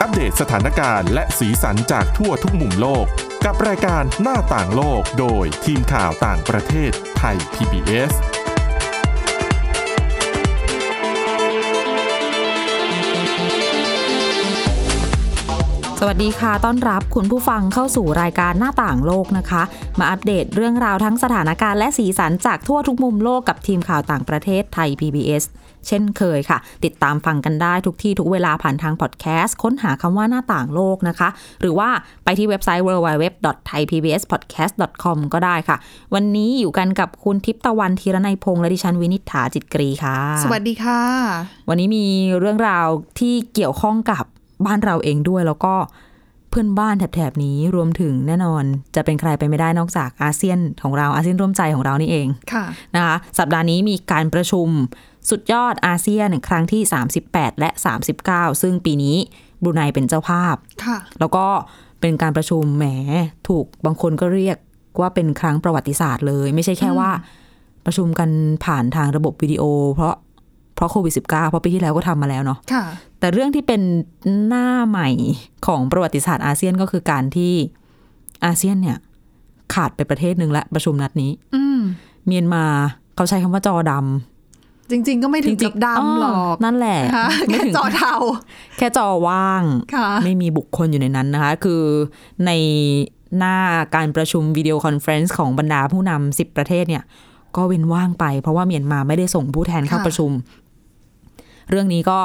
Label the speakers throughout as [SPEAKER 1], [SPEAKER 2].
[SPEAKER 1] อัปเดตสถานการณ์และสีสันจากทั่วทุกมุมโลก กับรายการหน้าต่างโลกโดยทีมข่าวต่างประเทศไทย PBS
[SPEAKER 2] สวัสดีค่ะ ต้อนรับคุณผู้ฟังเข้าสู่รายการหน้าต่างโลกนะคะ มาอัปเดตเรื่องราวทั้งสถานการณ์และสีสันจากทั่วทุกมุมโลกกับทีมข่าวต่างประเทศไทย PBS เช่นเคยค่ะ ติดตามฟังกันได้ทุกที่ทุกเวลาผ่านทางพอดแคสต์ ค้นหาคำว่าหน้าต่างโลกนะคะ หรือว่าไปที่เว็บไซต์ www.thaipbspodcast.com ก็ได้ค่ะ วันนี้อยู่กันกับคุณทิพย์ตะวันธีรนัยพงษ์และดิฉันวินิษฐาจิตกรีค่ะ
[SPEAKER 3] สวัสดีค่ะ
[SPEAKER 2] วันนี้มีเรื่องราวที่เกี่ยวข้องกับบ้านเราเองด้วยแล้วก็เพื่อนบ้านแถบๆนี้รวมถึงแน่นอนจะเป็นใครไปไม่ได้นอกจากอาเซียนของเราอาเซียนร่วมใจของเรานี่เอง
[SPEAKER 3] ค่ะ
[SPEAKER 2] นะคะสัปดาห์นี้มีการประชุมสุดยอดอาเซียนครั้งที่ 38 และ 39 ซึ่งปีนี้บรูไนเป็นเจ้าภาพ
[SPEAKER 3] ค่ะ
[SPEAKER 2] แล้วก็เป็นการประชุมแหมถูกบางคนก็เรียกว่าเป็นครั้งประวัติศาสตร์เลย ไม่ใช่แค่ว่า ประชุมกันผ่านทางระบบวิดีโอ เพราะเพราะโควิด -19 เพราะปีที่แล้วก็ทำมาแล้วเนาะ
[SPEAKER 3] ค่ะ
[SPEAKER 2] แต่เรื่องที่เป็นหน้าใหม่ของประวัติศาสตร์อาเซียนก็คือการที่อาเซียนเนี่ยขาดไปประเทศหนึ่งละประชุมนัดนี้
[SPEAKER 3] อืม
[SPEAKER 2] เมียนมาเขาใช้คำว่าจอดำ
[SPEAKER 3] จริง ๆ ก็ไม่ถึงกับดำหรอก
[SPEAKER 2] นั่นแหละ
[SPEAKER 3] ค่ะ
[SPEAKER 2] ไม่
[SPEAKER 3] แค่
[SPEAKER 2] ถึง
[SPEAKER 3] จอเทา
[SPEAKER 2] แค่จอว่าง
[SPEAKER 3] ค่ะ
[SPEAKER 2] ไม่มีบุคคลอยู่ในนั้นนะคะ คือในหน้าการประชุมวิดีโอคอนเฟรนซ์ของบรรดาผู้นำ10 ประเทศเนี่ย ก็เว้นว่างไป เพราะว่าเมียนมาไม่ได้ส่งผู้แทนเข้า
[SPEAKER 3] ค่ะ
[SPEAKER 2] ประชุม เรื่องนี้ก็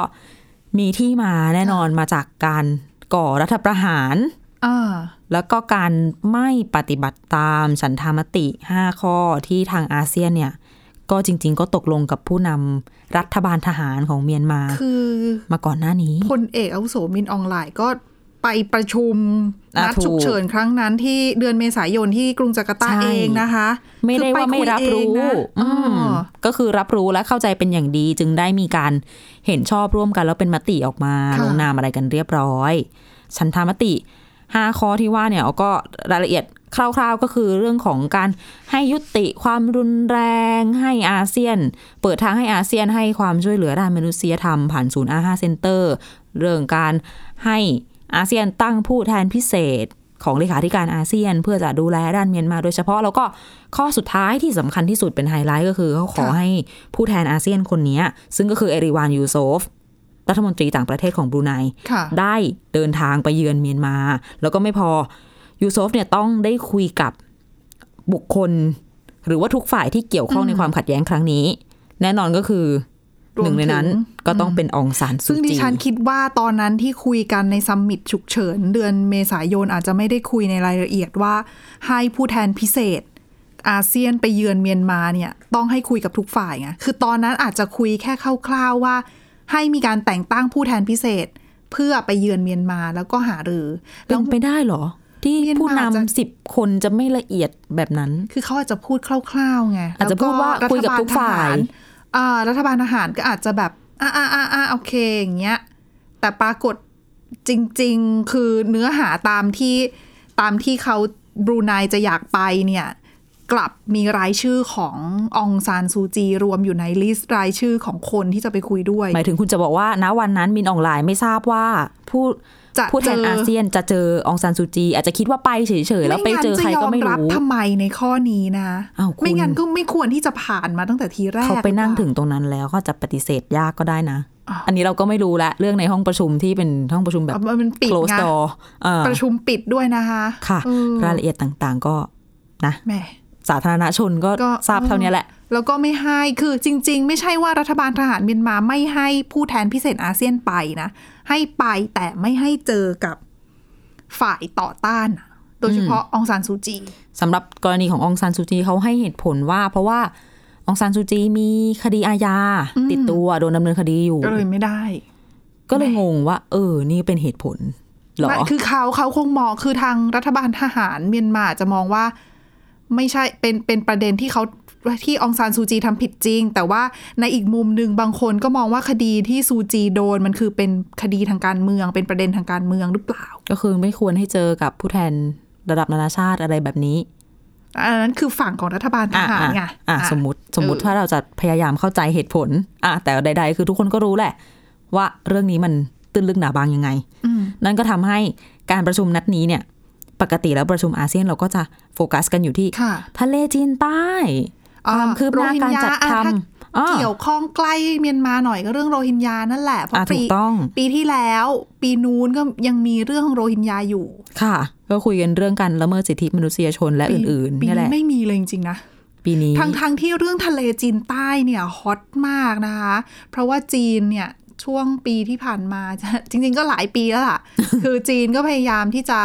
[SPEAKER 2] มีที่มาแน่นอนมาจากการก่อรัฐประหาร
[SPEAKER 3] อ่า
[SPEAKER 2] แล้วก็การไม่ปฏิบัติตามฉันทามติ 5 ข้อที่ทางอาเซียนเนี่ย ก็จริง ๆ ก็ตกลงกับผู้นำรัฐบาลทหารของเมียนมา
[SPEAKER 3] คือ
[SPEAKER 2] มาก่อนหน้านี้
[SPEAKER 3] พลเอกอาวุโสมินอองไลน์ก็ไปประชุม
[SPEAKER 2] อ่ะ
[SPEAKER 3] นัด
[SPEAKER 2] ถูก
[SPEAKER 3] ฉุกเฉินครั้งนั้นที่เดือนเมษายนที่กรุงจาการ์ตา
[SPEAKER 2] ใช่
[SPEAKER 3] เองนะคะ
[SPEAKER 2] ไม่ได้ว่าไม่รับรู้
[SPEAKER 3] คือไปคุยเองนะ
[SPEAKER 2] อืม
[SPEAKER 3] อ๋อ
[SPEAKER 2] ก็คือรับรู้และเข้าใจเป็นอย่างดี จึงได้มีการเห็นชอบร่วมกันแล้วเป็นมติออกมา
[SPEAKER 3] ค่ะ
[SPEAKER 2] ลงนามอะไรกันเรียบร้อยฉันทามติ 5 ข้อที่ว่าเนี่ยก็รายละเอียดคร่าวๆ ก็คือเรื่องของการให้ยุติความรุนแรง ให้อาเซียน เปิดทางให้อาเซียนให้ความช่วยเหลือด้านมนุษยธรรมผ่านศูนย์อาห้าเซ็นเตอร์ เรื่องการให้อาเซียนตั้งผู้แทนพิเศษของเลขาธิการอาเซียน เพื่อจะดูแลด้านเมียนมาโดยเฉพาะแล้วก็ข้อสุดท้ายที่สำคัญที่สุดเป็นไฮไลท์ก็คือเขาขอ
[SPEAKER 3] ค่ะ
[SPEAKER 2] ให้ผู้แทนอาเซียนคนเนี้ยซึ่งก็คือเอริวานยูโซฟรัฐมนตรีต่างประเทศของบรูไน
[SPEAKER 3] ค่ะ
[SPEAKER 2] ได้เดินทางไปเยือนเมียนมา แล้วก็ไม่พอยูโซฟเนี่ยต้องได้คุยกับบุคคล หรือว่าทุกฝ่ายที่เกี่ยวข้องในความขัดแย้งครั้งนี้ แน่นอนก็คือ
[SPEAKER 3] รว
[SPEAKER 2] ห
[SPEAKER 3] ม
[SPEAKER 2] นึ่งในนั้น
[SPEAKER 3] ถึง
[SPEAKER 2] ก็ต้องเป็นอองซานสุ
[SPEAKER 3] ซึ่งดิ
[SPEAKER 2] จี
[SPEAKER 3] ฉันคิดว่าตอนนั้นที่คุยกันในซัมมิตฉุกเฉิน เดือนเมษายนอาจจะไม่ได้คุยในรายละเอียดว่า ให้ผู้แทนพิเศษ อาเซียนไปเยือนเมียนมาเนี่ยต้องให้คุยกับทุกฝ่ายไงคือตอนนั้นอาจจะคุยแค่คร่าวๆว่า ให้มีการแต่งตั้งผู้แทนพิเศษ เพื่อไปเยือนเมียนมาแล้วก็หารือ
[SPEAKER 2] เป็
[SPEAKER 3] แล้ว
[SPEAKER 2] นไปได้เหรอ ที่
[SPEAKER 3] เมียนมา
[SPEAKER 2] ผู้
[SPEAKER 3] อาจจะ
[SPEAKER 2] นำสิบคนจะไม่ละเอียดแบบนั้น
[SPEAKER 3] คือเขาอาจจะพูดคร่าวๆไง
[SPEAKER 2] อาจจะพูดว่า
[SPEAKER 3] แล้
[SPEAKER 2] คุยกับทุกฝ่าย
[SPEAKER 3] รัฐบลทหรอ่ารัฐบาลทหารก็อาจจะแบบอ่าอ่าอ่าอ่าโอเคอย่างเงี้ย แต่ปรากฏจริง ๆ คือเนื้อหาตามที่ตามที่เขาบรูไนจะอยากไปเนี่ย กลับมีรายชื่อขององซานซูจี รวมอยู่ในลิสต์รายชื่อของคนที่จะไปคุยด้วย
[SPEAKER 2] หมายถึงคุณจะบอกว่าณวันนั้นมินอองไลน์ไม่ทราบว่าผู้
[SPEAKER 3] จะ
[SPEAKER 2] ผู้แทน
[SPEAKER 3] เจออ
[SPEAKER 2] อาเซียนจะเจอองซานซูจี อาจจะคิดว่าไปเฉยๆแล้วไปเจอใครก็ไม่
[SPEAKER 3] ม่งั้นจะยอรับ
[SPEAKER 2] รู้
[SPEAKER 3] ทำไมในข้อนี้นะ
[SPEAKER 2] อ้าวคุณ
[SPEAKER 3] ไม่งั้นก็ไม่ควรที่จะผ่านมาตั้งแต่ทีแรก
[SPEAKER 2] เขาไปนั่ง
[SPEAKER 3] หรือเปล่า
[SPEAKER 2] ถึงตรงนั้นแล้วก็จะปฏิเสธยากก็ได้นะ
[SPEAKER 3] อ่ะ
[SPEAKER 2] อันนี้เราก็ไม่รู้ละเรื่องในห้องประชุมที่เป็นห้องประชุมแบบ
[SPEAKER 3] เอามันปิด
[SPEAKER 2] close
[SPEAKER 3] ไง
[SPEAKER 2] door เอ่อ
[SPEAKER 3] ประชุมปิดด้วยนะคะ
[SPEAKER 2] ค่ะ
[SPEAKER 3] เออ
[SPEAKER 2] รายละเอียดต่างๆ ก็นะ
[SPEAKER 3] แหม
[SPEAKER 2] สาธารณชนก็
[SPEAKER 3] ก็
[SPEAKER 2] ทราบเท่านี้แหละ
[SPEAKER 3] แล้วก็ไม่ให้คือจริง ๆ ไม่ใช่ว่ารัฐบาลทหารเมียนมาไม่ให้ผู้แทนพิเศษอาเซียนไปนะ ให้ไปแต่ไม่ให้เจอกับฝ่ายต่อต้านน่ะโดยเฉพาะองซานซูจี
[SPEAKER 2] สำหรับกรณีขององซานซูจีเขาให้เหตุผลว่า เพราะว่าองซานซูจีมีคดีอาญา
[SPEAKER 3] อืม
[SPEAKER 2] ติดตัวโดนดำเนินคดีอยู่
[SPEAKER 3] ก็เลยไม่ได้
[SPEAKER 2] ก็เลยงงว่า เออ นี่เป็นเหตุผลเหรอ
[SPEAKER 3] ไม่คือเขาเขาคงมองคือทางรัฐบาลทหารเมียนมาจะมองว่า ไม่ใช่เป็นเป็นประเด็นที่เขาที่องซานซูจีทำผิดจริง แต่ว่าในอีกมุมหนึ่งบางคนก็มองว่าคดีที่ซูจีโดนมันคือเป็นคดีทางการเมือง เป็นประเด็นทางการเมืองหรือเปล่า
[SPEAKER 2] ก็คือไม่ควรให้เจอกับผู้แทนระดับนานาชาติอะไรแบบนี้
[SPEAKER 3] อันนั้นคือฝั่งของรัฐบาลท
[SPEAKER 2] อ่ะ
[SPEAKER 3] หาร
[SPEAKER 2] อ่ะ
[SPEAKER 3] ไง
[SPEAKER 2] อ่ะ
[SPEAKER 3] อ่ะ
[SPEAKER 2] สมมติสมมติ
[SPEAKER 3] เออ
[SPEAKER 2] ถ้าเราจะพยายามเข้าใจเหตุผล อ่ะแต่ใด ๆ คือทุกคนก็รู้แหละ ว่าเรื่องนี้มันตื้นลึกหนาบางยังไง นั่นก็ทำให้การประชุมนัดนี้เนี่ย ปกติแล้วประชุมอาเซียนเราก็จะโฟกัสกันอยู่ที่
[SPEAKER 3] ค่ะ
[SPEAKER 2] ทะเลจีนใต้ความคืบหน้า
[SPEAKER 3] โฮิ
[SPEAKER 2] การ
[SPEAKER 3] ญ
[SPEAKER 2] จัด
[SPEAKER 3] อ่ะ
[SPEAKER 2] ท
[SPEAKER 3] ถ้า
[SPEAKER 2] ำอ้อ
[SPEAKER 3] เกี่ยวข้องใกล้เมียนมาหน่อยก็เรื่องโรฮิงญานั่นแหละเพราะ
[SPEAKER 2] อ่ะ
[SPEAKER 3] ปี
[SPEAKER 2] ถูกต้อง
[SPEAKER 3] ปีที่แล้ว ปีนู้นก็ยังมีเรื่องโรฮิงญาอยู่
[SPEAKER 2] ค่ะ ก็คุยกันเรื่องการละเมิดสิทธิมนุษยชนและ
[SPEAKER 3] ปี
[SPEAKER 2] อื่นๆ
[SPEAKER 3] ปี
[SPEAKER 2] นี่แห
[SPEAKER 3] นี้
[SPEAKER 2] ละ
[SPEAKER 3] ไม่มีเลยจริงๆนะ
[SPEAKER 2] ปีนี้
[SPEAKER 3] ทั้งทั้งที่เรื่องทะเลจีนใต้เนี่ยฮอตมากนะคะ เพราะว่าจีนเนี่ยช่วงปีที่ผ่าน มาจะจริง ๆ ก็หลายปี แล้วล่ะ คือจีนก็พยายามที่จะ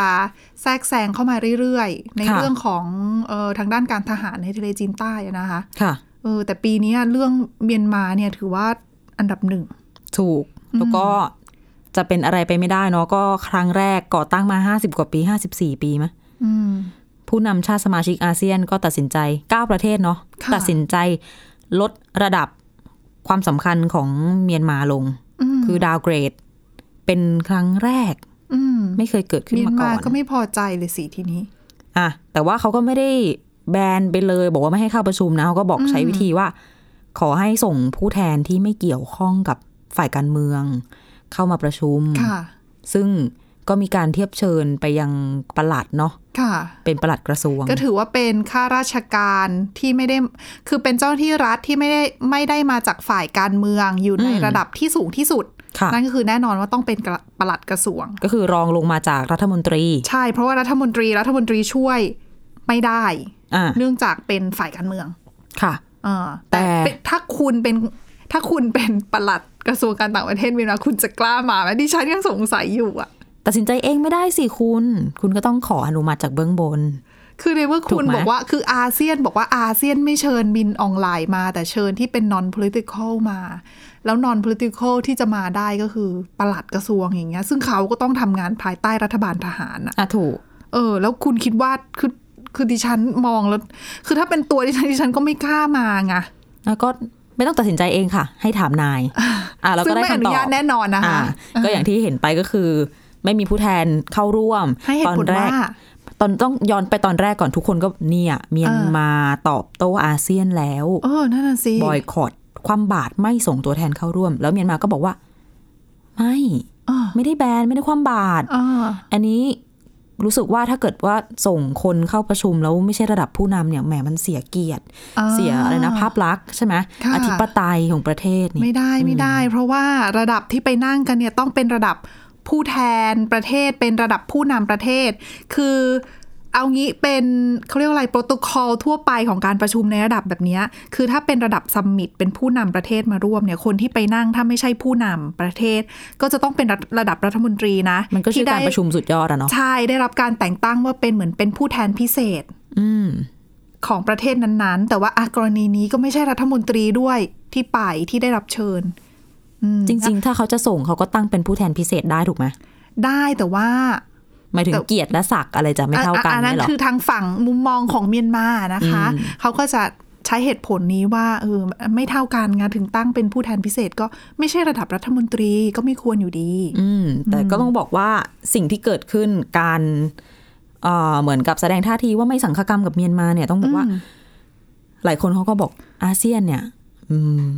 [SPEAKER 3] แทรกแซงเข้ามาเรื่อยๆ ใน
[SPEAKER 2] ค่ะ
[SPEAKER 3] เรื่องของเออทางด้านการทหารในทะเลจีนใต้อะนะคะ
[SPEAKER 2] ค่ะ
[SPEAKER 3] เออแต่ปีเนี้ยเรื่องเมียนมาเนี่ยถือว่าอันดับหนึ่ง
[SPEAKER 2] ถูกแล้วก็จะเป็นอะไรไปไม่ได้เนาะก็ครั้งแรกก่อตั้งมา 50 กว่าปี 54 ปีมะ
[SPEAKER 3] อืม
[SPEAKER 2] ผู้นำชาติสมาชิกอาเซียนก็ตัดสินใจ 9 ประเทศเนาะ
[SPEAKER 3] ค่ะ
[SPEAKER 2] ตัดสินใจลดระดับความสำคัญของเมียนมาลง
[SPEAKER 3] อืม
[SPEAKER 2] คือดาวเกรด เป็นครั้งแรก
[SPEAKER 3] อืม
[SPEAKER 2] ไม่เคยเกิดขึ้น
[SPEAKER 3] เมีย
[SPEAKER 2] มานก่
[SPEAKER 3] มา
[SPEAKER 2] อน
[SPEAKER 3] ก็ไม่พอใจเลยสิทีนี้
[SPEAKER 2] อ่ะแต่ว่าเขาก็ไม่ได้แบนไปเลย บอกว่าไม่ให้เข้าประชุมนะเขาก็บอกใช้วิธีว่า ขอให้ส่งผู้แทนที่ไม่เกี่ยวข้องกับฝ่ายการเมือง เข้ามาประชุม
[SPEAKER 3] ค่ะ
[SPEAKER 2] ซึ่งก็มีการเทียบเชิญไปยังปลัดเนาะ
[SPEAKER 3] ค่ะ
[SPEAKER 2] เป็นปลัดกระทรวง
[SPEAKER 3] ก็ถือว่าเป็นข้าราชการที่ไม่ได้ คือเป็นเจ้าหน้าที่รัฐที่ไม่ได้ไม่ได้มาจากฝ่ายการเมืองอยู่ใน
[SPEAKER 2] อืม
[SPEAKER 3] ระดับที่สูงที่สุด
[SPEAKER 2] ค่ะ
[SPEAKER 3] นั่นก็คือแน่นอนว่าต้องเป็นกระปลัดกระทรวง
[SPEAKER 2] ก็คือรองลงมาจากรัฐมนตรี
[SPEAKER 3] ใช่ เพราะว่ารัฐมนตรีรัฐมนตรีช่วยไม่ได้
[SPEAKER 2] อ่า
[SPEAKER 3] เนื่องจากเป็นฝ่ายการเมือง
[SPEAKER 2] ค่ะ
[SPEAKER 3] เออแต่
[SPEAKER 2] แต่
[SPEAKER 3] เป็นถ้าคุณเป็นถ้าคุณเป็นปลัดกระทรวงการต่างประเทศเวลาคุณจะกล้ามาไหมดิฉันยังสงสัยอยู่อ่ะ
[SPEAKER 2] ตัดสินใจเองไม่ได้สิคุณ คุณก็ต้องขออนุมัติจากเบื้องบน
[SPEAKER 3] คือในเมื่อคุณ
[SPEAKER 2] ถูกไหม
[SPEAKER 3] บอกว่าคืออาเซียนบอกว่าอาเซียนไม่เชิญบินออนไลน์มา แต่เชิญที่เป็น non political มา แล้ว non political ที่จะมาได้ก็คือปลัดกระทรวงอย่างเงี้ย ซึ่งเขาก็ต้องทำงานภายใต้รัฐบาลทหารอะ
[SPEAKER 2] อ่ะถูก
[SPEAKER 3] เออ แล้วคุณคิดว่าคือคือดิฉันมองแล้ว คือถ้าเป็นตัวดิฉันดิฉันก็ไม่กล้ามาไง
[SPEAKER 2] แล้วก็ไม่ต้องตัดสินใจเองค่ะ ให้ถามนาย อ่าเรา
[SPEAKER 3] ซึ่
[SPEAKER 2] ก็
[SPEAKER 3] ง
[SPEAKER 2] ได้
[SPEAKER 3] ไม่อนุ
[SPEAKER 2] คำตอ
[SPEAKER 3] ญา
[SPEAKER 2] บ
[SPEAKER 3] ตแน่นอนนะ
[SPEAKER 2] อ่า
[SPEAKER 3] คะ
[SPEAKER 2] ก็อย่างที่เห็นไปก็คือ ไม่มีผู้แทนเข้าร่วม
[SPEAKER 3] ให้เห
[SPEAKER 2] ตอน
[SPEAKER 3] ตุผล
[SPEAKER 2] แร
[SPEAKER 3] ว่าก
[SPEAKER 2] ตอนต้องย้อนไปตอนแรกก่อนทุกคนก็เนี่ยเมียนมาตอบโต้อาเซียนแล้ว
[SPEAKER 3] เออนั่นน่ะสิ
[SPEAKER 2] บอยคอตความบาตรไม่ส่งตัวแทนเข้าร่วม แล้วเมียนมาก็บอกว่า ไม่
[SPEAKER 3] เออ
[SPEAKER 2] ไม่ได้แบน ไม่ได้ความบาตร
[SPEAKER 3] เออ
[SPEAKER 2] อันนี้รู้สึกว่าถ้าเกิดว่าส่งคนเข้าประชุมแล้วไม่ใช่ระดับผู้นำเนี่ยแหมมันเสียเกียรติ
[SPEAKER 3] ออ
[SPEAKER 2] เสียอะไรนะภาพลักษณ์ใช่ไหม
[SPEAKER 3] ค่ะ
[SPEAKER 2] อธิปไตยของประเทศนี่
[SPEAKER 3] ไม่ได้ไม่ได้ เพราะว่าระดับที่ไปนั่งกันเนี่ยต้องเป็นระดับผู้แทนประเทศเป็นระดับผู้นำประเทศ คือเอางี้เป็นเขาเรียกว่าอะไรโปรโตคอลทั่วไปของการประชุมในระดับแบบเนี้ยคือถ้าเป็นระดับซัมมิตเป็นผู้นำประเทศมาร่วมเนี่ยคนที่ไปนั่งถ้าไม่ใช่ผู้นำประเทศ ก็จะต้องเป็นระระดับรัฐมนตรีนะ
[SPEAKER 2] มันก็ชื่อ
[SPEAKER 3] ที่ได้
[SPEAKER 2] การประชุมสุดยอดอะเนาะ
[SPEAKER 3] ใช่ได้รับการแต่งตั้งว่าเป็นเหมือนเป็นผู้แทนพิเศษ
[SPEAKER 2] อืม
[SPEAKER 3] ของประเทศนั้นๆ แต่ว่าอะกรณีนี้ก็ไม่ใช่รัฐมนตรีด้วยที่ไปที่ได้รับเชิญอืม
[SPEAKER 2] จริง ๆ ถ้าเขาจะส่งเขาก็ตั้งเป็นผู้แทนพิเศษได้ถูกไหม
[SPEAKER 3] ได้แต่ว่า
[SPEAKER 2] หมายถึงเกียรติและศักดิ์อะไรจะไม่เท่ากัน
[SPEAKER 3] อ่ะอันนั้
[SPEAKER 2] เนี่ย
[SPEAKER 3] น
[SPEAKER 2] เหรอ
[SPEAKER 3] คือทางฝั่งมุมมองของเมียนมานะคะ
[SPEAKER 2] อืม
[SPEAKER 3] เขาก็จะใช้เหตุผลนี้ว่าเออไม่เท่ากันไงานถึงตั้งเป็นผู้แทนพิเศษก็ไม่ใช่ระดับรัฐมนตรีก็ไม่ควรอยู่ดี
[SPEAKER 2] อืมแต่ก็ต้องบอกว่าสิ่งที่เกิดขึ้นการเอ่อเหมือนกับแสดงท่าทีว่าไม่สังคกรรมกับเมียนมาเนี่ยต้องบอกว่า
[SPEAKER 3] อืม
[SPEAKER 2] หลายคนเขาก็บอกอาเซียนเนี่ย อืม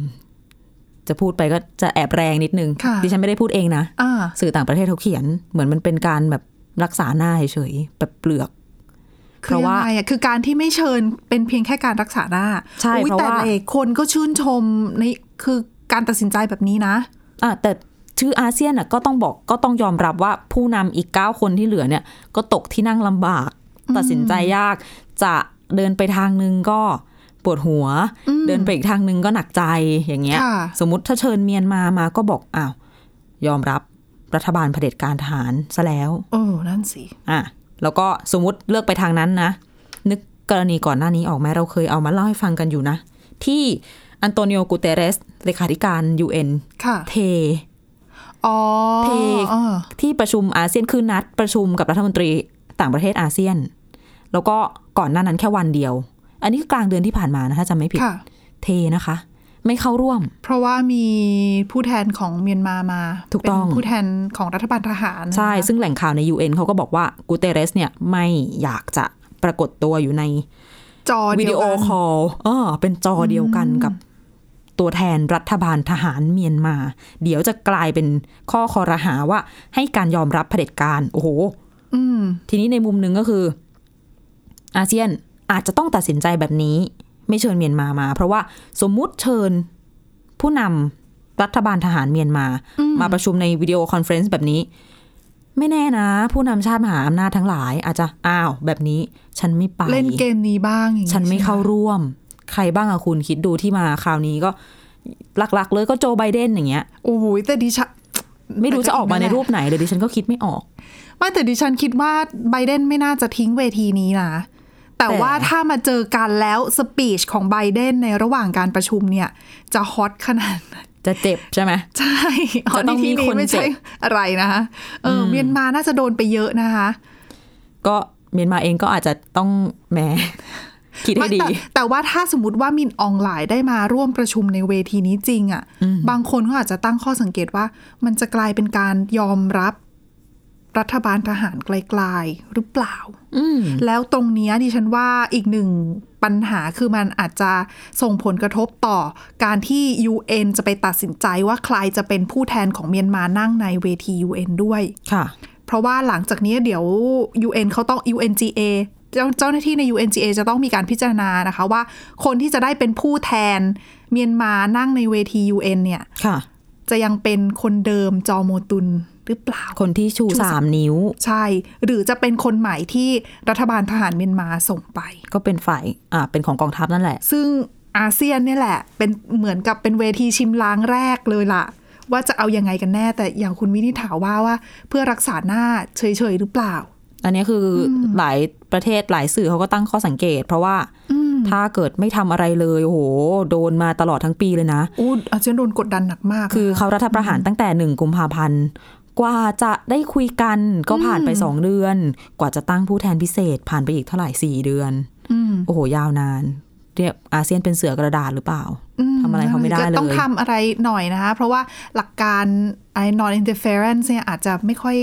[SPEAKER 2] จะพูดไปก็จะแอบแรงนิดนึง
[SPEAKER 3] ค่ะ
[SPEAKER 2] ดิฉันไม่ได้พูดเองนะ
[SPEAKER 3] อ่า
[SPEAKER 2] สื่อต่างประเทศเขาเขียน เหมือนมันเป็นการแบบรักษาหน้าเฉยๆแบบเปลือก
[SPEAKER 3] คือ
[SPEAKER 2] เพราะ
[SPEAKER 3] ยั
[SPEAKER 2] ว่าง
[SPEAKER 3] ไงอ่ะคือการที่ไม่เชิญเป็นเพียงแค่การรักษาหน้า
[SPEAKER 2] ใช่
[SPEAKER 3] อุ๊ย
[SPEAKER 2] เพราะ
[SPEAKER 3] แต่
[SPEAKER 2] ว่า
[SPEAKER 3] หลายคนก็ชื่นชมในคือการตัดสินใจแบบนี้นะ
[SPEAKER 2] อ่ะแต่ชื่ออาเซียนน่ะก็ต้องบอกก็ต้องยอมรับว่าผู้นำอีก 9 คนที่เหลือเนี่ย ก็ตกที่นั่งลำบาก ตัดสินใจยากจะเดินไปทางนึงก็ปวดหัว
[SPEAKER 3] อืม
[SPEAKER 2] เดินไปอีกทางนึงก็หนักใจอย่างเงี้ย
[SPEAKER 3] ค่ะ
[SPEAKER 2] สมมติถ้าเชิญเมียนมามาก็บอกอ้าวยอมรับรัฐบาลเผด็จการทหารซะแล้ว
[SPEAKER 3] โอ้นั่นสิ
[SPEAKER 2] อ่ะแล้วก็สมมติเลือกไปทางนั้นนะ นึกกรณีก่อนหน้านี้ออกไหมเราเคยเอามาเล่าให้ฟังกันอยู่นะ ที่อันโตนิโอกูเตเรสเลขาธิการ UN
[SPEAKER 3] ค่ะ
[SPEAKER 2] เท
[SPEAKER 3] อ๋อ
[SPEAKER 2] เท
[SPEAKER 3] อ่า
[SPEAKER 2] ที่ประชุมอาเซียนคือนัดประชุมกับรัฐมนตรีต่างประเทศอาเซียน แล้วก็ก่อนหน้านั้นแค่วันเดียว อันนี้คือกลางเดือนที่ผ่านมานะถ้าจำไม่ผิด
[SPEAKER 3] ค่ะ
[SPEAKER 2] เทนะคะ ไม่เข้าร่วม
[SPEAKER 3] เพราะว่ามีผู้แทนของเมียนมามา
[SPEAKER 2] ถูกต้อง
[SPEAKER 3] เป็นผู้แทนของรัฐบาลทหาร
[SPEAKER 2] ใช่
[SPEAKER 3] นะคะ
[SPEAKER 2] ซึ่งแหล่งข่าวใน UN เขาก็บอกว่ากูเตเรสเนี่ยไม่อยากจะปรากฏตัวอยู่ใน
[SPEAKER 3] จอ
[SPEAKER 2] วิ
[SPEAKER 3] เย
[SPEAKER 2] ดีโอ
[SPEAKER 3] กัน
[SPEAKER 2] คอลเออเป็นจอเดียวกันกับ ตัวแทนรัฐบาลทหารเมียนมา เดี๋ยวจะกลายเป็นข้อคอรหาว่าให้การยอมรับเผด็จการโอ้โห
[SPEAKER 3] อืม
[SPEAKER 2] ทีนี้ในมุมหนึ่งก็คือ อาเซียนอาจจะต้องตัดสินใจแบบนี้ ไม่เชิญเมียนมามา เพราะว่าสมมุติเชิญผู้นำรัฐบาลทหารเมียนมา มาประชุมในวิดีโอคอนเฟรนซ์แบบนี้ ไม่แน่นะ ผู้นำชาติมหาอำนาจทั้งหลาย อาจจะอ้าว แบบนี้ ฉันไม่ไป
[SPEAKER 3] เล่นเกมนี้บ้างอย่างงี้
[SPEAKER 2] ฉันไม่เข้าร่วม ใครบ้างอะคุณคิดดูที่มาคราวนี้ก็หลักๆ เลยก็โจไบเดนอย่างเงี้ย
[SPEAKER 3] โอ้โหแต่ดิฉัน
[SPEAKER 2] ไม่รู้จะออกมาในรูปไหนเลยดิฉันก็คิดไม่ออก
[SPEAKER 3] ไม่แต่ดิฉันคิดว่าไบเดนไม่น่าจะทิ้งเวทีนี้นะ แต่
[SPEAKER 2] แต่
[SPEAKER 3] ว่าถ้ามาเจอกันแล้วสปีชของไบเดนในระหว่างการประชุมเนี่ย จะฮอตขนาดไหน
[SPEAKER 2] จะ เจ็บใช่ไหม
[SPEAKER 3] ใช่ฮต
[SPEAKER 2] จะต้อง
[SPEAKER 3] ใที่
[SPEAKER 2] มีคน
[SPEAKER 3] ไม่ใช่
[SPEAKER 2] เจ็บ
[SPEAKER 3] อะไรนะคะเอออเมียนมาน่าจะโดนไปเยอะนะคะ
[SPEAKER 2] ก็เมียนมาเองก็อาจจะต้องแหม คิดให้
[SPEAKER 3] ไม่
[SPEAKER 2] ดี
[SPEAKER 3] แต่แต่ว่าถ้าสมมติว่ามินอองหลายได้มาร่วมประชุมในเวทีนี้จริงอะ่ะ บางคนเขาอาจจะตั้งข้อสังเกตว่า มันจะกลายเป็นการยอมรับรัฐบาลทหารไกลๆหรือเปล่า
[SPEAKER 2] อืม
[SPEAKER 3] แล้วตรงเนี้ยดิฉันว่าอีกหนึ่งปัญหาคือมันอาจจะส่งผลกระทบต่อการที่ UN จะไปตัดสินใจว่าใครจะเป็นผู้แทนของเมียนมานั่งในเวที UN ด้วย
[SPEAKER 2] ค่ะ
[SPEAKER 3] เพราะว่าหลังจากเนี้ยเดี๋ยว UN เขาต้อง UNGA เจ้าเจ้าหน้าที่ใน UNGA จะต้องมีการพิจารณานะคะว่าคนที่จะได้เป็นผู้แทนเมียนมานั่งในเวที UN เนี่ย
[SPEAKER 2] ค่ะ
[SPEAKER 3] จะยังเป็นคนเดิมจอโมตุนหรือเปล่า
[SPEAKER 2] คนที่ชู
[SPEAKER 3] ชูสาม
[SPEAKER 2] สามนิ้ว
[SPEAKER 3] ใช่ หรือจะเป็นคนใหม่ที่รัฐบาลทหารเมียนมาส่งไป
[SPEAKER 2] ก็เป็นฝ่ายอ่าเป็นของกองทัพนั่นแหละ
[SPEAKER 3] ซึ่งอาเซียนเนี่ยแหละ เป็นเหมือนกับเป็นเวทีชิมล้างแรกเลยล่ะ ว่าจะเอายังไงกันแน่แต่อย่างคุณวินิษฐาว่าว่า เพื่อรักษาหน้าเฉยๆหรือเปล่า
[SPEAKER 2] อันนี้คืออหลายประเทศหลายสื่อเขาก็ตั้งข้อสังเกต เพราะว่าถ้าเกิดไม่ทำอะไรเลยโอ้โห โดนมาตลอดทั้งปีเลยนะ
[SPEAKER 3] อู้อาเซียนโดนกดดันหนักมาก
[SPEAKER 2] คือเขารัฐประหารตั้งแต่หนึ่งกุมภาพันธ์กว่าจะได้คุยกันก็ผ่านไปสองเดือน กว่าจะตั้งผู้แทนพิเศษผ่านไปอีกเท่าไหร่สี่เดือน
[SPEAKER 3] อืม
[SPEAKER 2] โอ้โห ยาวนานเรียกอาเซียนเป็นเสือกระดาษหรือเปล่า ทำอะไรเขาไม่ได้เลย
[SPEAKER 3] ก็ต้องทำอะไรหน่อยนะคะ เพราะว่าหลักการไอ้ non interference เนี่ยอาจจะไม่ค่อย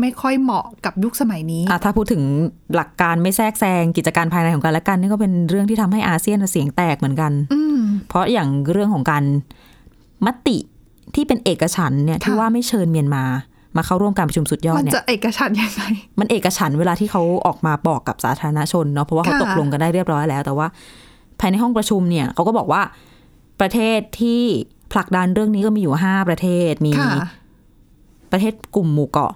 [SPEAKER 3] ไม่ค่อยเหมาะกับยุคสมัยนี้
[SPEAKER 2] อ่ะถ้าพูดถึงหลักการไม่แทรกแซงกิจการภายในของกันและกันนี่ก็เป็นเรื่องที่ทำให้อาเซียนเสียงแตกเหมือนกัน
[SPEAKER 3] อืม
[SPEAKER 2] เพราะอย่างเรื่องของการมติที่เป็นเอกฉันท์เนี่ย
[SPEAKER 3] ค่ะ
[SPEAKER 2] ที่ว่าไม่เชิญเมียนมา มาเข้าร่วมการประชุมสุดยอด
[SPEAKER 3] มัน
[SPEAKER 2] เนี่
[SPEAKER 3] จะ
[SPEAKER 2] ย
[SPEAKER 3] เอกฉันท์ยังไง
[SPEAKER 2] มันเอกฉันท์เวลาที่เขาออกมาบอกกับสาธารณชนเนาะเพราะว่าเขา
[SPEAKER 3] ค่ะ
[SPEAKER 2] ตกลงกันได้เรียบร้อยแล้ว แต่ว่า ภายในห้องประชุมเนี่ยเขาก็บอกว่าประเทศที่ผลักดันเรื่องนี้ก็มีอยู่ห้าประเทศมี
[SPEAKER 3] ค่ะ
[SPEAKER 2] ประเทศกลุ่มหมู่เกาะ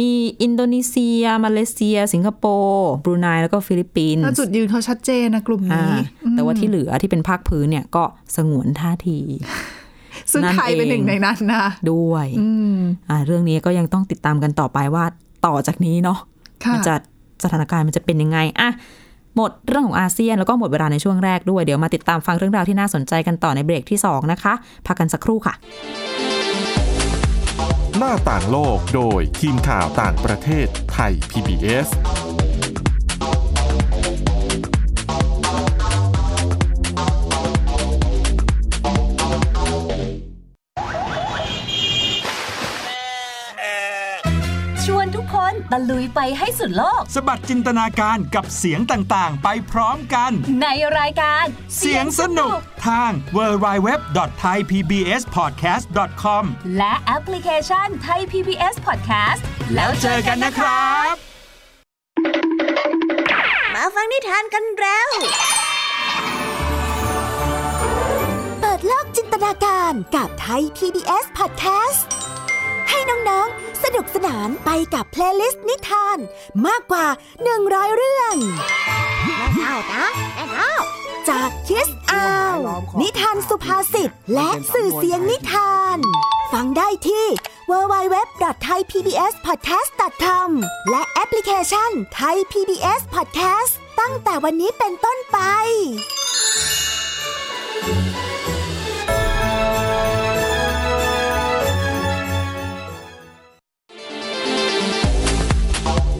[SPEAKER 2] มีอินโดนีเซีย มาเลเซีย สิงคโปร์บรูไนแล้วก็ฟิลิปปินส์
[SPEAKER 3] แล้วจุดยืนเขาชัดเจนนะกลุ่ม
[SPEAKER 2] อ่า
[SPEAKER 3] นี้
[SPEAKER 2] แต่ว่าที่เหลือที่เป็นภาคพื้นเนี่ยก็สงวนท่าที
[SPEAKER 3] ซึ่ง
[SPEAKER 2] นั่น
[SPEAKER 3] ไทยเป็นหนึ่ง
[SPEAKER 2] เอง
[SPEAKER 3] ในนั้นนะ
[SPEAKER 2] ด้วย
[SPEAKER 3] อืม
[SPEAKER 2] อ่าเรื่องนี้ก็ยังต้องติดตามกันต่อไปว่าต่อจากนี้เนาะ
[SPEAKER 3] ค่ะ
[SPEAKER 2] มัจะสถานการณ์มันจะเป็นยังไงอ่ะหมดเรื่องของอาเซียนแล้วก็หมดเวลาในช่วงแรกด้วยเดี๋ยวมาติดตามฟังเรื่องราวที่น่าสนใจกันต่อในเบรกที่สองนะคะพักกันสักครู่ค่ะ
[SPEAKER 1] หน้าต่างโลกโดยทีมข่าวต่างประเทศไทย PBS
[SPEAKER 4] ชวนทุกคนตะลุยไปให้สุดโลก
[SPEAKER 5] สบัดจินตนาการกับเสียงต่างๆ ไปพร้อมกัน
[SPEAKER 4] ในรายการ
[SPEAKER 5] เสียงสนุกทาง www.thaipbspodcast.com
[SPEAKER 4] และแอปพลิเคชันไทย PBS Podcast
[SPEAKER 5] แล้วเจอกันนะครับ
[SPEAKER 6] มาฟังนิทานกันแล้ว เปิดโลกจินตนาการกับไทย PBS Podcast ให้น้องๆ สนุกสนานไปกับเพลย์ลิสต์นิทาน มากกว่า 100 เรื่องจากคิสอาว นิทานสุภาษิตและสื่อเสียงนิทาน ฟังได้ที่ www.thaipbspodcast.com และแอปพลิเคชัน Thai PBS Podcast ตั้งแต่วันนี้เป็นต้นไป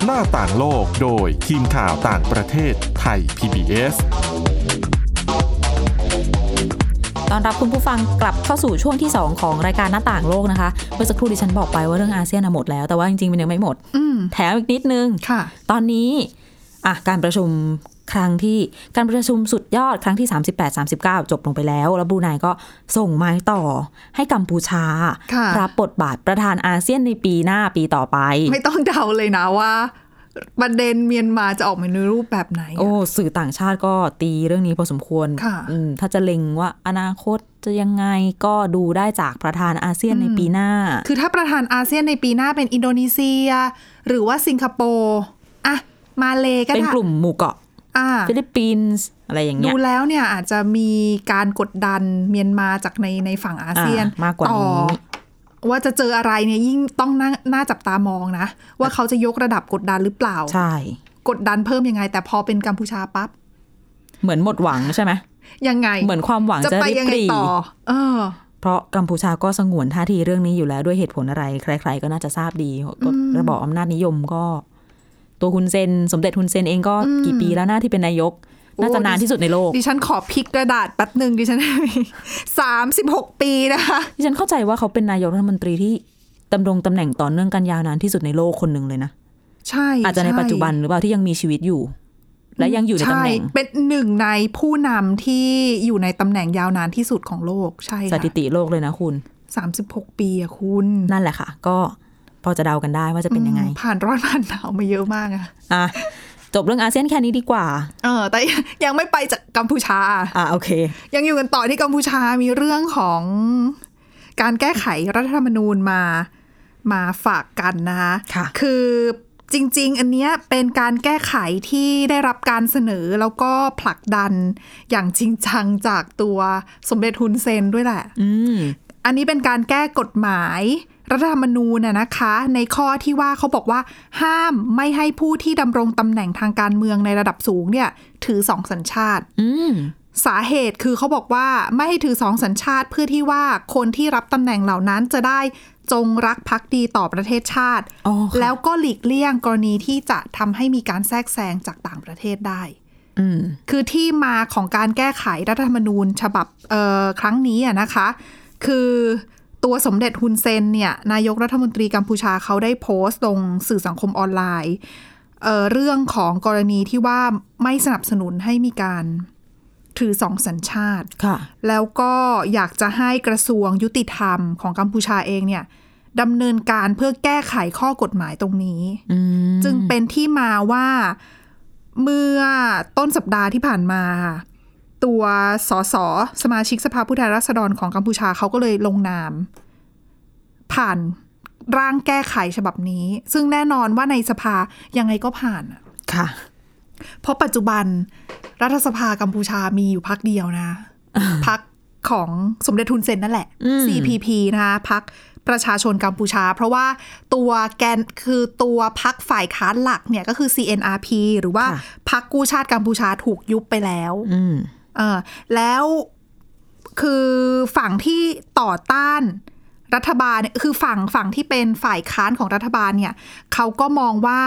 [SPEAKER 1] หน้าต่างโลกโดยทีมข่าวต่างประเทศไทย PBS
[SPEAKER 2] ตอนรับคุณผู้ฟังกลับเข้าสู่ช่วงที่ 2 ของรายการหน้าต่างโลกนะคะ เมื่อสักครู่ดิฉันบอกไปว่าเรื่องอาเซียนน่ะหมดแล้ว แต่ว่าจริงๆมันยังไม่หมด
[SPEAKER 3] อืม
[SPEAKER 2] แถมอีกนิดนึง
[SPEAKER 3] ค่ะ
[SPEAKER 2] ตอนนี้อ่ะการประชุม ครั้งที่การประชุมสุดยอดครั้งที่ 38 39 จบลงไปแล้ว แล้วบรูไนก็ส่งไม้ต่อให้กัมพูชา
[SPEAKER 3] ค่ะ
[SPEAKER 2] รับบทบาทประธานอาเซียนในปีหน้าปีต่อไป
[SPEAKER 3] ไม่ต้องเดาเลยนะว่าประเด็นเมียนมาจะออกมาในรูปแบบไหน
[SPEAKER 2] โอ้ สื่อต่างชาติก็ตีเรื่องนี้พอสมควร
[SPEAKER 3] ค่ะ
[SPEAKER 2] อืมถ้าจะเล็งว่าอนาคตจะยังไงก็ดูได้จากประธานอาเซียนในปีหน้า
[SPEAKER 3] คือถ้าประธานอาเซียนในปีหน้าเป็นอินโดนีเซีย หรือว่าสิงคโปร์อะมาเลก็
[SPEAKER 2] เป็น
[SPEAKER 3] ได้
[SPEAKER 2] กลุ่มหมู่เกาะ
[SPEAKER 3] อ่า
[SPEAKER 2] ฟิลิปปินส์อะไรอย่างเงี้
[SPEAKER 3] ดู
[SPEAKER 2] ย
[SPEAKER 3] แล้วเนี่ยอาจจะมีการกดดันเมียนมาจากในในฝั่งอาเซียน
[SPEAKER 2] อ่ามากกว่านี้
[SPEAKER 3] ต่อว่าจะเจออะไรเนี่ยยิ่งต้องน่าน่าจับตามองนะ ว่าเขาจะยกระดับกดดันหรือเปล่า
[SPEAKER 2] ใช่
[SPEAKER 3] กดดันเพิ่มยังไง แต่พอเป็นกัมพูชาปั๊บ
[SPEAKER 2] เหมือนหมดหวังใช่ไหม
[SPEAKER 3] ยังไง
[SPEAKER 2] เหมือนความหวัง
[SPEAKER 3] จะ
[SPEAKER 2] จะ
[SPEAKER 3] ไป
[SPEAKER 2] ริบ
[SPEAKER 3] ยังไง
[SPEAKER 2] หรี่
[SPEAKER 3] ต่อ เออ
[SPEAKER 2] เพราะกัมพูชาก็สงวนท่าทีเรื่องนี้อยู่แล้วด้วยเหตุผลอะไร ใคร ๆ ก็น่าจะทราบดีก็ระบอบอำนาจนิยมก็ ตัวฮุนเซน สมเด็จฮุนเซนเองก็กี่ปีแล้วหน้าที่เป็นนายก น่าจะนานที่สุดในโลก
[SPEAKER 3] ดิฉันขอพลิกกระดาษแป๊บหนึ่งดิฉัน สามสิบหกปีนะคะ
[SPEAKER 2] ดิฉันเข้าใจว่าเขาเป็นนายกรัฐมนตรีที่ดำรงตำแหน่งต่อเนื่องกันยาวนานที่สุดในโลกคนหนึ่งเลยนะ
[SPEAKER 3] ใช่
[SPEAKER 2] อาจจะใน
[SPEAKER 3] ช่
[SPEAKER 2] ปัจจุบันหรือเปล่าที่ยังมีชีวิตอยู่ และยังอยู่ในตำแหน่ง
[SPEAKER 3] ช่เป็นหนึ่งในผู้นำที่อยู่ในตำแหน่งยาวนานที่สุดของโลกใช่
[SPEAKER 2] ส
[SPEAKER 3] ค่ะ
[SPEAKER 2] ถิติโลกเลยนะคุณ
[SPEAKER 3] สามสิบหกปีอะคุณ
[SPEAKER 2] นั่นแหละค่ะ ก็พอจะเดากันได้ว่าจะเป็นยังไง
[SPEAKER 3] อืมผ่านร้อนผ่านหนาวมาเยอะมากอะ
[SPEAKER 2] อ่ะจบเรื่องอาเซียนแค่นี้ดีกว่า
[SPEAKER 3] เออ แต่ ยังไม่ไปจากกัมพูชา
[SPEAKER 2] อ่ะโอเค
[SPEAKER 3] ยังอยู่กันต่อที่กัมพูชามีเรื่องของการแก้ไขรัฐธรรมนูญมามาฝากกันนะคะ
[SPEAKER 2] ค่ะ
[SPEAKER 3] คือจริง ๆ อันเนี้ยเป็นการแก้ไขที่ได้รับการเสนอแล้วก็ผลักดันอย่างจริงจังจากตัวสมเด็จฮุนเซนด้วยแหละ
[SPEAKER 2] อืม
[SPEAKER 3] อันนี้เป็นการแก้กฎหมาย รัฐธรรมนูญน่ะนะคะ ในข้อที่ว่าเขาบอกว่า ห้ามไม่ให้ผู้ที่ดำรงตำแหน่งทางการเมืองในระดับสูงเนี่ย ถือสองสัญชาติ
[SPEAKER 2] อืม
[SPEAKER 3] สาเหตุคือเขาบอกว่าไม่ให้ถือสองสัญชาติเพื่อที่ว่าคนที่รับตำแหน่งเหล่านั้นจะได้จงรักภักดีต่อประเทศชาติ
[SPEAKER 2] อ๋อค่ะ
[SPEAKER 3] แล้วก็หลีกเลี่ยงกรณีที่จะทำให้มีการแทรกแซงจากต่างประเทศได้
[SPEAKER 2] อืม
[SPEAKER 3] คือที่มาของการแก้ไขรัฐธรรมนูญฉบับเอ่อครั้งนี้อะนะคะ คือตัวสมเด็จฮุนเซนเนี่ยนายกรัฐมนตรีกัมพูชาเขาได้โพสต์ลงสื่อสังคมออนไลน์เอ่อเรื่องของกรณีที่ว่าไม่สนับสนุนให้มีการถือสองสัญชาติ
[SPEAKER 2] ค่ะ
[SPEAKER 3] แล้วก็อยากจะให้กระทรวงยุติธรรมของกัมพูชาเองเนี่ยดำเนินการเพื่อแก้ไขข้อกฎหมายตรงนี้
[SPEAKER 2] อืม
[SPEAKER 3] จึงเป็นที่มาว่าเมื่อต้นสัปดาห์ที่ผ่านมา ตัวสสสมาชิกสภาผู้แทนราษฎรของกัมพูชาเขาก็เลยลงนาม ผ่านร่างแก้ไขฉบับนี้ ซึ่งแน่นอนว่าในสภายังไงก็ผ่านอะ
[SPEAKER 2] ค่ะ
[SPEAKER 3] เพราะปัจจุบันรัฐสภากัมพูชามีอยู่พักเดียวนะ พักของสมเด็จทุนเซนนั่นแหละ
[SPEAKER 2] อืม
[SPEAKER 3] CPP นะคะพักประชาชนกัมพูชา เพราะว่าตัวแกนคือตัวพักฝ่ายค้านหลักเนี่ยก็คือ CNRP หรือว่า
[SPEAKER 2] ค่ะ
[SPEAKER 3] พักกู้ชาติกัมพูชาถูกยุบไปแล้ว
[SPEAKER 2] อืม
[SPEAKER 3] เออแล้วคือฝั่งที่ต่อต้านรัฐบาลเนี่ยคือฝั่งฝั่งที่เป็นฝ่ายค้านของรัฐบาลเนี่ยเขาก็มองว่า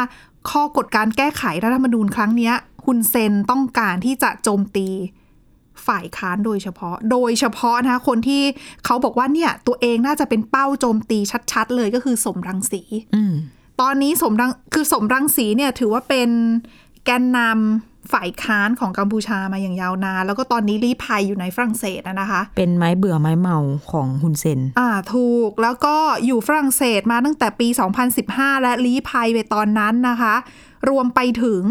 [SPEAKER 3] ข้อกฎการแก้ไขรัฐธรรมนูญครั้งเนี้ยฮุนเซนต้องการที่จะโจมตี ฝ่ายค้านโดยเฉพาะ โดยเฉพาะนะคะคนที่เขาบอกว่าเนี่ยตัวเองน่าจะเป็นเป้าโจมตีชัดๆ เลยก็คือสมรังสี
[SPEAKER 2] อืม
[SPEAKER 3] ตอนนี้สมรังคือสมรังสีเนี่ยถือว่าเป็นแกนนำฝ่ายค้านของกัมพูชามาอย่างยาวนาน แล้วก็ตอนนี้ลี้ภัยอยู่ในฝรั่งเศสอะนะคะ
[SPEAKER 2] เป็นไม้เบื่อไม้เมาของฮุนเซน
[SPEAKER 3] อ่าถูกแล้วก็อยู่ฝรั่งเศสมาตั้งแต่ปี 2015 และลี้ภัยไปตอนนั้นนะคะ รวมไปถึง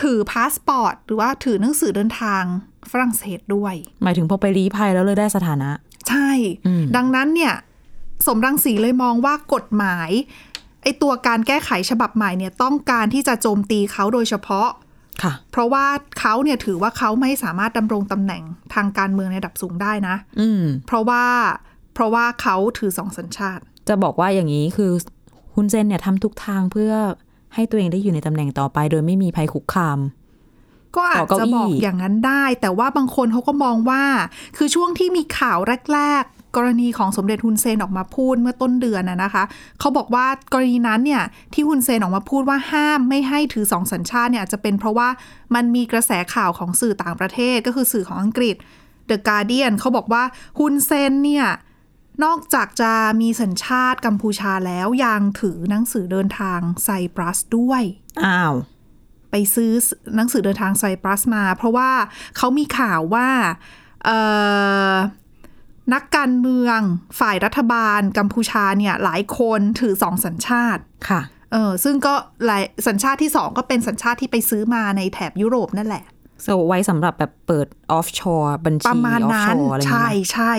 [SPEAKER 3] ถือพาสปอร์ตหรือว่าถือหนังสือเดินทางฝรั่งเศสด้วย
[SPEAKER 2] หมายถึงพอไปรีภัยแล้วเลยได้สถานะ
[SPEAKER 3] ใช่
[SPEAKER 2] อืม
[SPEAKER 3] ดังนั้นเนี่ยสมรังสีเลยมองว่ากฎหมายไอตัวการแก้ไขฉบับใหม่เนี่ยต้องการที่จะโจมตีเขาโดยเฉพาะ
[SPEAKER 2] ค่ะ
[SPEAKER 3] เพราะว่าเขาเนี่ยถือว่าเขาไม่สามารถดำรงตำแหน่งทางการเมืองในระดับสูงได้นะ
[SPEAKER 2] อืม
[SPEAKER 3] เพราะว่าเพราะว่าเขาถือสองสัญชาติ
[SPEAKER 2] จะบอกว่าอย่างนี้คือฮุนเซนเนี่ยทำทุกทางเพื่อให้ตัวเองได้อยู่ในตำแหน่งต่อไป โดยไม่มีภัยคุกคาม
[SPEAKER 3] ก็อาจจะบอกอย่างนั้นได้ แต่ว่าบางคนเขาก็มองว่า คือช่วงที่มีข่าวแรก ๆ กรณีของสมเด็จฮุนเซนออกมาพูดเมื่อต้นเดือนนะนะคะเขาบอกว่ากรณีนั้นเนี่ยที่ฮุนเซนออกมาพูดว่าห้ามไม่ให้ถือสองสัญชาติเนี่ยอาจจะเป็นเพราะว่ามันมีกระแสข่าวของสื่อต่างประเทศก็คือสื่อของอังกฤษ The Guardian เขาบอกว่าฮุนเซนเนี่ยนอกจากจะมีสัญชาติกัมพูชาแล้วยังถือหนังสือเดินทางไซปรัสด้วย
[SPEAKER 2] อ้าว
[SPEAKER 3] ไปซื้อหนังสือเดินทางไซปรัสมา เพราะว่าเขามีข่าวว่าเอ่อนักการเมืองฝ่ายรัฐบาลกัมพูชาเนี่ยหลายคนถือสองสัญชาติ
[SPEAKER 2] ค่ะ
[SPEAKER 3] เออซึ่งก็หลายสัญชาติที่สองก็เป็นสัญชาติที่ไปซื้อมาในแถบยุโรปนั่นแหละ
[SPEAKER 2] so ไว้สำหรับแบบเปิด offshore บัญชี
[SPEAKER 3] ประมาณนั้น
[SPEAKER 2] offshore อะไรอย่าง
[SPEAKER 3] ใช่
[SPEAKER 2] เงี้ย
[SPEAKER 3] ใช่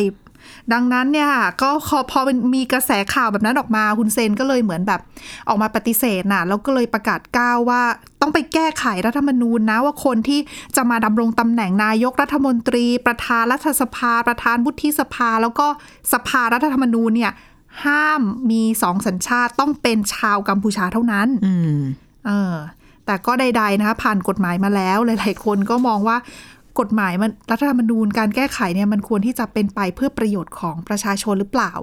[SPEAKER 3] ดังนั้นเนี่ยก็พอพอเป็นมีกระแสข่าวแบบนั้นออกมาคุณเซนก็เลยเหมือนแบบออกมาปฏิเสธน่ะแล้วก็เลยประกาศก้าวว่าต้องไปแก้ไขรัฐธรรมนูญนะว่าคนที่จะมาดำรงตำแหน่งนายกรัฐมนตรี ประธานรัฐสภา ประธานวุฒิสภา แล้วก็สภารัฐธรรมนูญเนี่ยห้ามมีสองสัญชาติต้องเป็นชาวกัมพูชาเท่านั้น
[SPEAKER 2] อืม
[SPEAKER 3] เออแต่ก็ใดๆนะคะผ่านกฎหมายมาแล้ว หลายๆคนก็มองว่ากฎหมายมันรัฐธรรมนูญการแก้ไขเนี่ยมันควรที่จะเป็นไปเพื่อประโยชน์ของประชาชนหรือเปล่า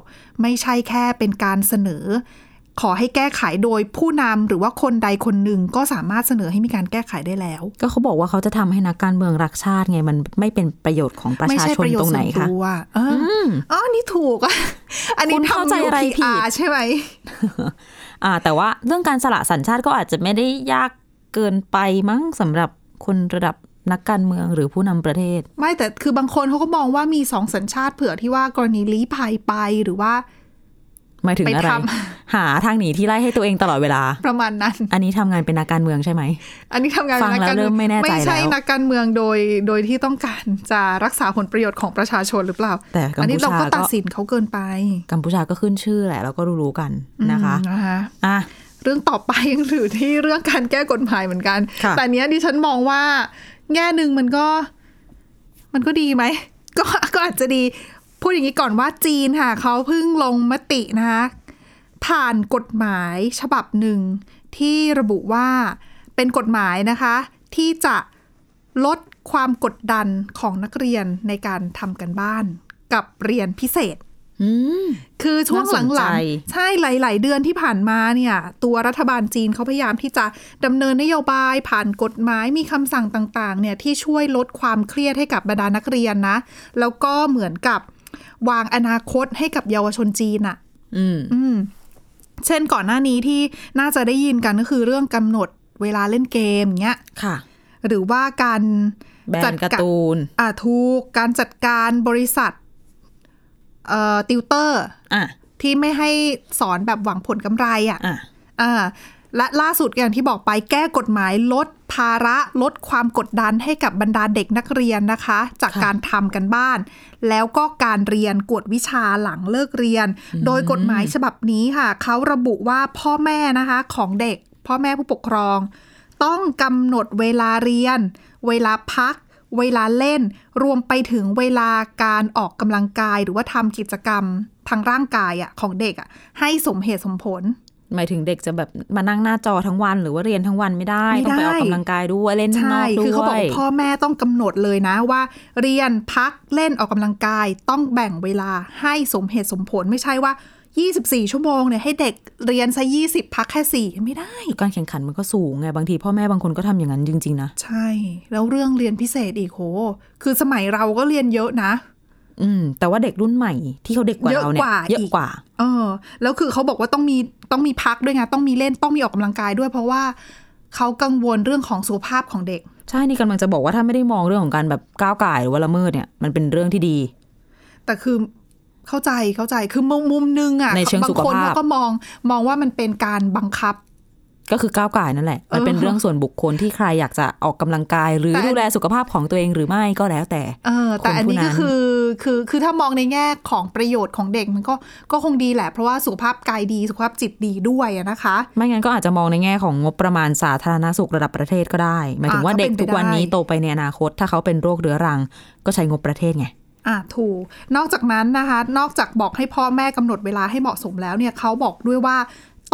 [SPEAKER 3] ไม่ใช่แค่เป็นการเสนอ ขอให้แก้ไขโดยผู้นำหรือว่าคนใดคนหนึ่งก็สามารถเสนอให้มีการแก้ไขได้แล้ว
[SPEAKER 2] ก็เขาบอกว่าเขาจะทำให้นักการเมืองรักชาติไง มันไม่เป็นประโยชน์ของประ
[SPEAKER 3] ไม่
[SPEAKER 2] ชา
[SPEAKER 3] ใช่
[SPEAKER 2] ชน
[SPEAKER 3] ประโยช
[SPEAKER 2] ตร
[SPEAKER 3] น์
[SPEAKER 2] งไหน
[SPEAKER 3] ส่วน
[SPEAKER 2] คะ
[SPEAKER 3] ตัวเออออ๋อนี่ถูกอ่ะอันนี้
[SPEAKER 2] คุณเข้า
[SPEAKER 3] ทำ
[SPEAKER 2] ใจ
[SPEAKER 3] ยู
[SPEAKER 2] อะไร
[SPEAKER 3] พี
[SPEAKER 2] ผิ
[SPEAKER 3] อา
[SPEAKER 2] ด
[SPEAKER 3] ร์ใช่ไหม
[SPEAKER 2] อ่า แต่ว่าเรื่องการสละสัญชาติก็อาจจะไม่ได้ยากเกินไปมั้งสำหรับคนระดับนักการเมืองหรือผู้นำประเทศ
[SPEAKER 3] ไม่แต่คือบางคนเขาก็มองว่ามีสองสัญชาติเผื่อที่ว่ากรณีลี้ภัยไปหรือว่า
[SPEAKER 2] หมายถึงอะไร
[SPEAKER 3] ไปท
[SPEAKER 2] หาทางหนีที่ไล่ให้ตัวเองตลอดเวลา
[SPEAKER 3] ประมาณนั้น
[SPEAKER 2] อันนี้ทำงานเป็นนักการเมืองใช่ไหม
[SPEAKER 3] อันนี้ทำงาน
[SPEAKER 2] ฟัง
[SPEAKER 3] เป็นนักการ
[SPEAKER 2] แล้วเริ่มไม่แน่ใจ
[SPEAKER 3] ไม่ใช่
[SPEAKER 2] แล้ว
[SPEAKER 3] นักการเมืองโดยโดยที่ต้องการจะรักษาผลประโยชน์ของประชาชนหรือเปล่า
[SPEAKER 2] แต่กัมพูชา
[SPEAKER 3] อันี้เราก็
[SPEAKER 2] ก็
[SPEAKER 3] ตัดสินเขาเกินไป
[SPEAKER 2] กัมพูชาก็ขึ้นชื่อแหละเราก็รู้ๆกันนะคะ
[SPEAKER 3] อืมนะคะ
[SPEAKER 2] อ่ะ
[SPEAKER 3] เรื่องต่อไปยังถือที่เรื่องการแก้กฎหมายเหมือนกัน
[SPEAKER 2] ค่ะ
[SPEAKER 3] แต่เนี้ยดิฉันมองว่า แง่หนึ่งมันก็ มันก็ดีไหม ก็ก็อาจจะดี พูดอย่างนี้ก่อนว่าจีนค่ะเขาเพิ่งลงมตินะคะผ่านกฎหมายฉบับหนึ่งที่ระบุว่าเป็นกฎหมายนะคะ ที่จะลดความกดดันของนักเรียนในการทำกันบ้านกับเรียนพิเศษ
[SPEAKER 2] อืม
[SPEAKER 3] คือช่วง
[SPEAKER 2] น่าสน
[SPEAKER 3] ห
[SPEAKER 2] ใจ
[SPEAKER 3] ลังๆ ใช่หลาย ๆ เดือนที่ผ่านมาเนี่ย ตัวรัฐบาลจีนเขาพยายามที่จะดำเนินนโยบายผ่านกฎหมายมีคำสั่งต่าง ๆ เนี่ย ที่ช่วยลดความเครียดให้กับบรรดานักเรียนนะ แล้วก็เหมือนกับวางอนาคตให้กับเยาวชนจีนอะ
[SPEAKER 2] อืม
[SPEAKER 3] อืมเช่นก่อนหน้านี้ที่น่าจะได้ยินกันก็คือเรื่องกำหนดเวลาเล่นเกมอย่างเงี้ย
[SPEAKER 2] ค่ะ
[SPEAKER 3] หรือว่าการ
[SPEAKER 2] แบ
[SPEAKER 3] จั
[SPEAKER 2] น
[SPEAKER 3] ด
[SPEAKER 2] การ์
[SPEAKER 3] ะ
[SPEAKER 2] ตูน
[SPEAKER 3] อ่าถูกการจัดการบริษัทเอ่อติวเตอร์
[SPEAKER 2] อ่ะ
[SPEAKER 3] ที่ไม่ให้สอนแบบหวังผลกำไรอ่ะ
[SPEAKER 2] อ่ะ
[SPEAKER 3] อ่าและล่าสุดอย่างที่บอกไปแก้กฎหมายลดภาระลดความกดดันให้กับบรรดาเด็กนักเรียนนะคะ จาก
[SPEAKER 2] ค่ะ
[SPEAKER 3] การทำกันบ้าน แล้วก็การเรียนกวดวิชาหลังเลิกเรียน โดยกฎหมายฉบับนี้ค่ะ เขาระบุว่าพ่อแม่นะคะของเด็ก พ่อแม่ผู้ปกครอง ต้องกำหนดเวลาเรียน เวลาพัก เวลาเล่น รวมไปถึงเวลาการออกกำลังกาย หรือว่าทำกิจกรรมทางร่างกายอะของเด็กอะให้สมเหตุสมผล
[SPEAKER 2] หมายถึงเด็กจะแบบมานั่งหน้าจอทั้งวัน หรือว่าเรียนทั้งวันไม่ได้
[SPEAKER 3] ไม่
[SPEAKER 2] ต้องไป
[SPEAKER 3] ได้
[SPEAKER 2] ออกกำลังกายด้วยเล่นข้างน
[SPEAKER 3] ใช่
[SPEAKER 2] อกด้วย
[SPEAKER 3] คือเขาบอกว่าพ่อแม่ต้องกำหนดเลยนะว่า เรียนพักเล่นออกกำลังกายต้องแบ่งเวลาให้สมเหตุสมผลไม่ใช่ว่า 24 ชั่วโมงเนี่ยให้เด็กเรียนซะ20 พักแค่4ไม่ได้
[SPEAKER 2] การแข่งขันมันก็สูงไงบางทีพ่อแม่บางคนก็ทำอย่างนั้นจริงๆนะ
[SPEAKER 3] ใช่ แล้วเรื่องเรียนพิเศษอีกโห คือสมัยเราก็เรียนเยอะนะ
[SPEAKER 2] อืม แต่ว่าเด็กรุ่นใหม่ที่เขาเด็กกว่า
[SPEAKER 3] เยอะ
[SPEAKER 2] เราเนี่
[SPEAKER 3] ก
[SPEAKER 2] ย
[SPEAKER 3] ว่า
[SPEAKER 2] เยอะ
[SPEAKER 3] อีก
[SPEAKER 2] กว่า
[SPEAKER 3] เออแล้วคือเขาบอกว่าต้องมีต้องมีพักด้วยไงต้องมีเล่นต้องมีออกกำลังกายด้วย เพราะว่าเขากังวลเรื่องของสุขภาพของเด็ก
[SPEAKER 2] ใช่ นี่กำลังจะบอกว่าถ้าไม่ได้มองเรื่องของการแบบก้าวก่ายหรือว่าละเมิดเนี่ย มันเป็นเรื่องที่ดี
[SPEAKER 3] แต่คือเข้าใจเข้าใจคือมุมมุมหนึงอะ
[SPEAKER 2] ในเชิง
[SPEAKER 3] บา
[SPEAKER 2] สุ
[SPEAKER 3] ง
[SPEAKER 2] ข
[SPEAKER 3] คน
[SPEAKER 2] ภาพ
[SPEAKER 3] เขาก็มองมองว่ามันเป็นการบังคับ
[SPEAKER 2] ก็คือก้าวก่ายนั่นแหละ มันเป็น
[SPEAKER 3] เออ
[SPEAKER 2] เรื่องส่วนบุคคลที่ใครอยากจะออกกำลังกาย หรือ
[SPEAKER 3] แต่อัน
[SPEAKER 2] ดูแลสุขภาพของตัวเองหรือไม่ก็แล้วแต่
[SPEAKER 3] เออแต่อันนี้
[SPEAKER 2] คนผู้นั้น
[SPEAKER 3] ก็คือคือคือถ้ามองในแง่ของประโยชน์ของเด็กมันก็ก็คงดีแหละ เพราะว่าสุขภาพกายดีสุขภาพจิตดีด้วยอะนะคะ
[SPEAKER 2] ไม่งั้นก็อาจจะมองในแง่ของงบประมาณสาธารณสุขระดับประเทศก็ได้ หมายถึง
[SPEAKER 3] อ่ะ
[SPEAKER 2] ว่า
[SPEAKER 3] ก็
[SPEAKER 2] เด็ก
[SPEAKER 3] เป็นไป
[SPEAKER 2] ทุกวันนี้
[SPEAKER 3] ได้
[SPEAKER 2] โตไปในอนาคต ถ้าเขาเป็นโรคเรื้อรัง ก็ใช้งบประเทศไง
[SPEAKER 3] อ่ะถูก นอกจากนั้นนะคะ นอกจากบอกให้พ่อแม่กำหนดเวลาให้เหมาะสมแล้วเนี่ยเขาบอกด้วยว่า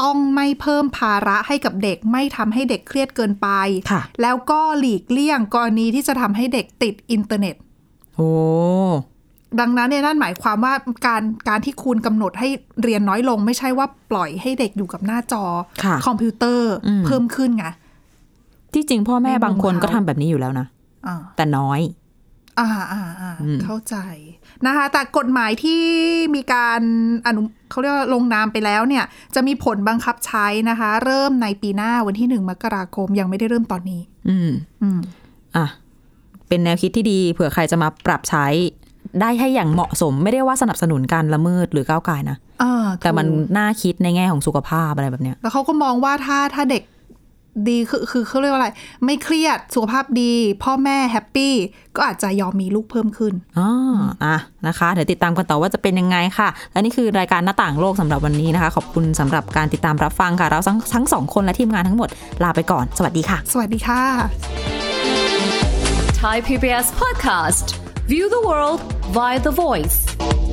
[SPEAKER 3] ต้องไม่เพิ่มภาระให้กับเด็กไม่ทำให้เด็กเครียดเกินไป
[SPEAKER 2] ค่ะ
[SPEAKER 3] แล้วก็หลีกเลี่ยงกรณีที่จะทำให้เด็กติดอินเทอร์เน็ต
[SPEAKER 2] โอ้
[SPEAKER 3] ดังนั้นเนี่ยนั่นหมายความว่าการการที่คุณกำหนดให้เรียนน้อยลง ไม่ใช่ว่าปล่อยให้เด็กอยู่กับหน้าจอ
[SPEAKER 2] ค่ะ
[SPEAKER 3] คอมพิวเตอร์
[SPEAKER 2] อืม
[SPEAKER 3] เพิ่มขึ้นไง
[SPEAKER 2] ที่จริงพ่อแม่
[SPEAKER 3] ในมุม
[SPEAKER 2] บางคน
[SPEAKER 3] เขา
[SPEAKER 2] ก็ทำแบบนี้อยู่แล้วนะ
[SPEAKER 3] อ่า
[SPEAKER 2] แต่น้อย
[SPEAKER 3] อ่าอ่าอ่า
[SPEAKER 2] อืม
[SPEAKER 3] เข้าใจนะคะ แต่กฎหมายที่มีการอนุ เขาเรียกว่าลงนามไปแล้วเนี่ย จะมีผลบังคับใช้นะคะ เริ่มในปีหน้าวันที่หนึ่งมกราคมยังไม่ได้เริ่มตอนนี้
[SPEAKER 2] อืม
[SPEAKER 3] อืม
[SPEAKER 2] อ่ะ เป็นแนวคิดที่ดี เผื่อใครจะมาปรับใช้ ได้ให้อย่างเหมาะสม ไม่ได้ว่าสนับสนุนการละเมิดหรือก้าวไก่ายนะ
[SPEAKER 3] อ่า
[SPEAKER 2] แต่มัน
[SPEAKER 3] ถูก
[SPEAKER 2] น่าคิดในแง่ของสุขภาพอะไรแบบเนี้ย
[SPEAKER 3] แล้วเขาก็มองว่าถ้าถ้าเด็กดีคือคือเขาเรียกว่าอะไร ไม่เครียดสุขภาพดี พ่อแม่แฮปปี้ก็อาจจะยอมมีลูกเพิ่มขึ้น
[SPEAKER 2] อ๋ออ่ะนะคะ เดี๋ยวติดตามกันต่อว่าจะเป็นยังไงค่ะ และนี่คือรายการหน้าต่างโลกสำหรับวันนี้นะคะ ขอบคุณสำหรับการติดตามรับฟังค่ะ เราทั้งทั้งสองคนและทีมงานทั้งหมดลาไปก่อน สวัสดีค่ะ
[SPEAKER 3] สวัสดีค่ะ
[SPEAKER 4] Thai PBS podcast. View the world via the voice.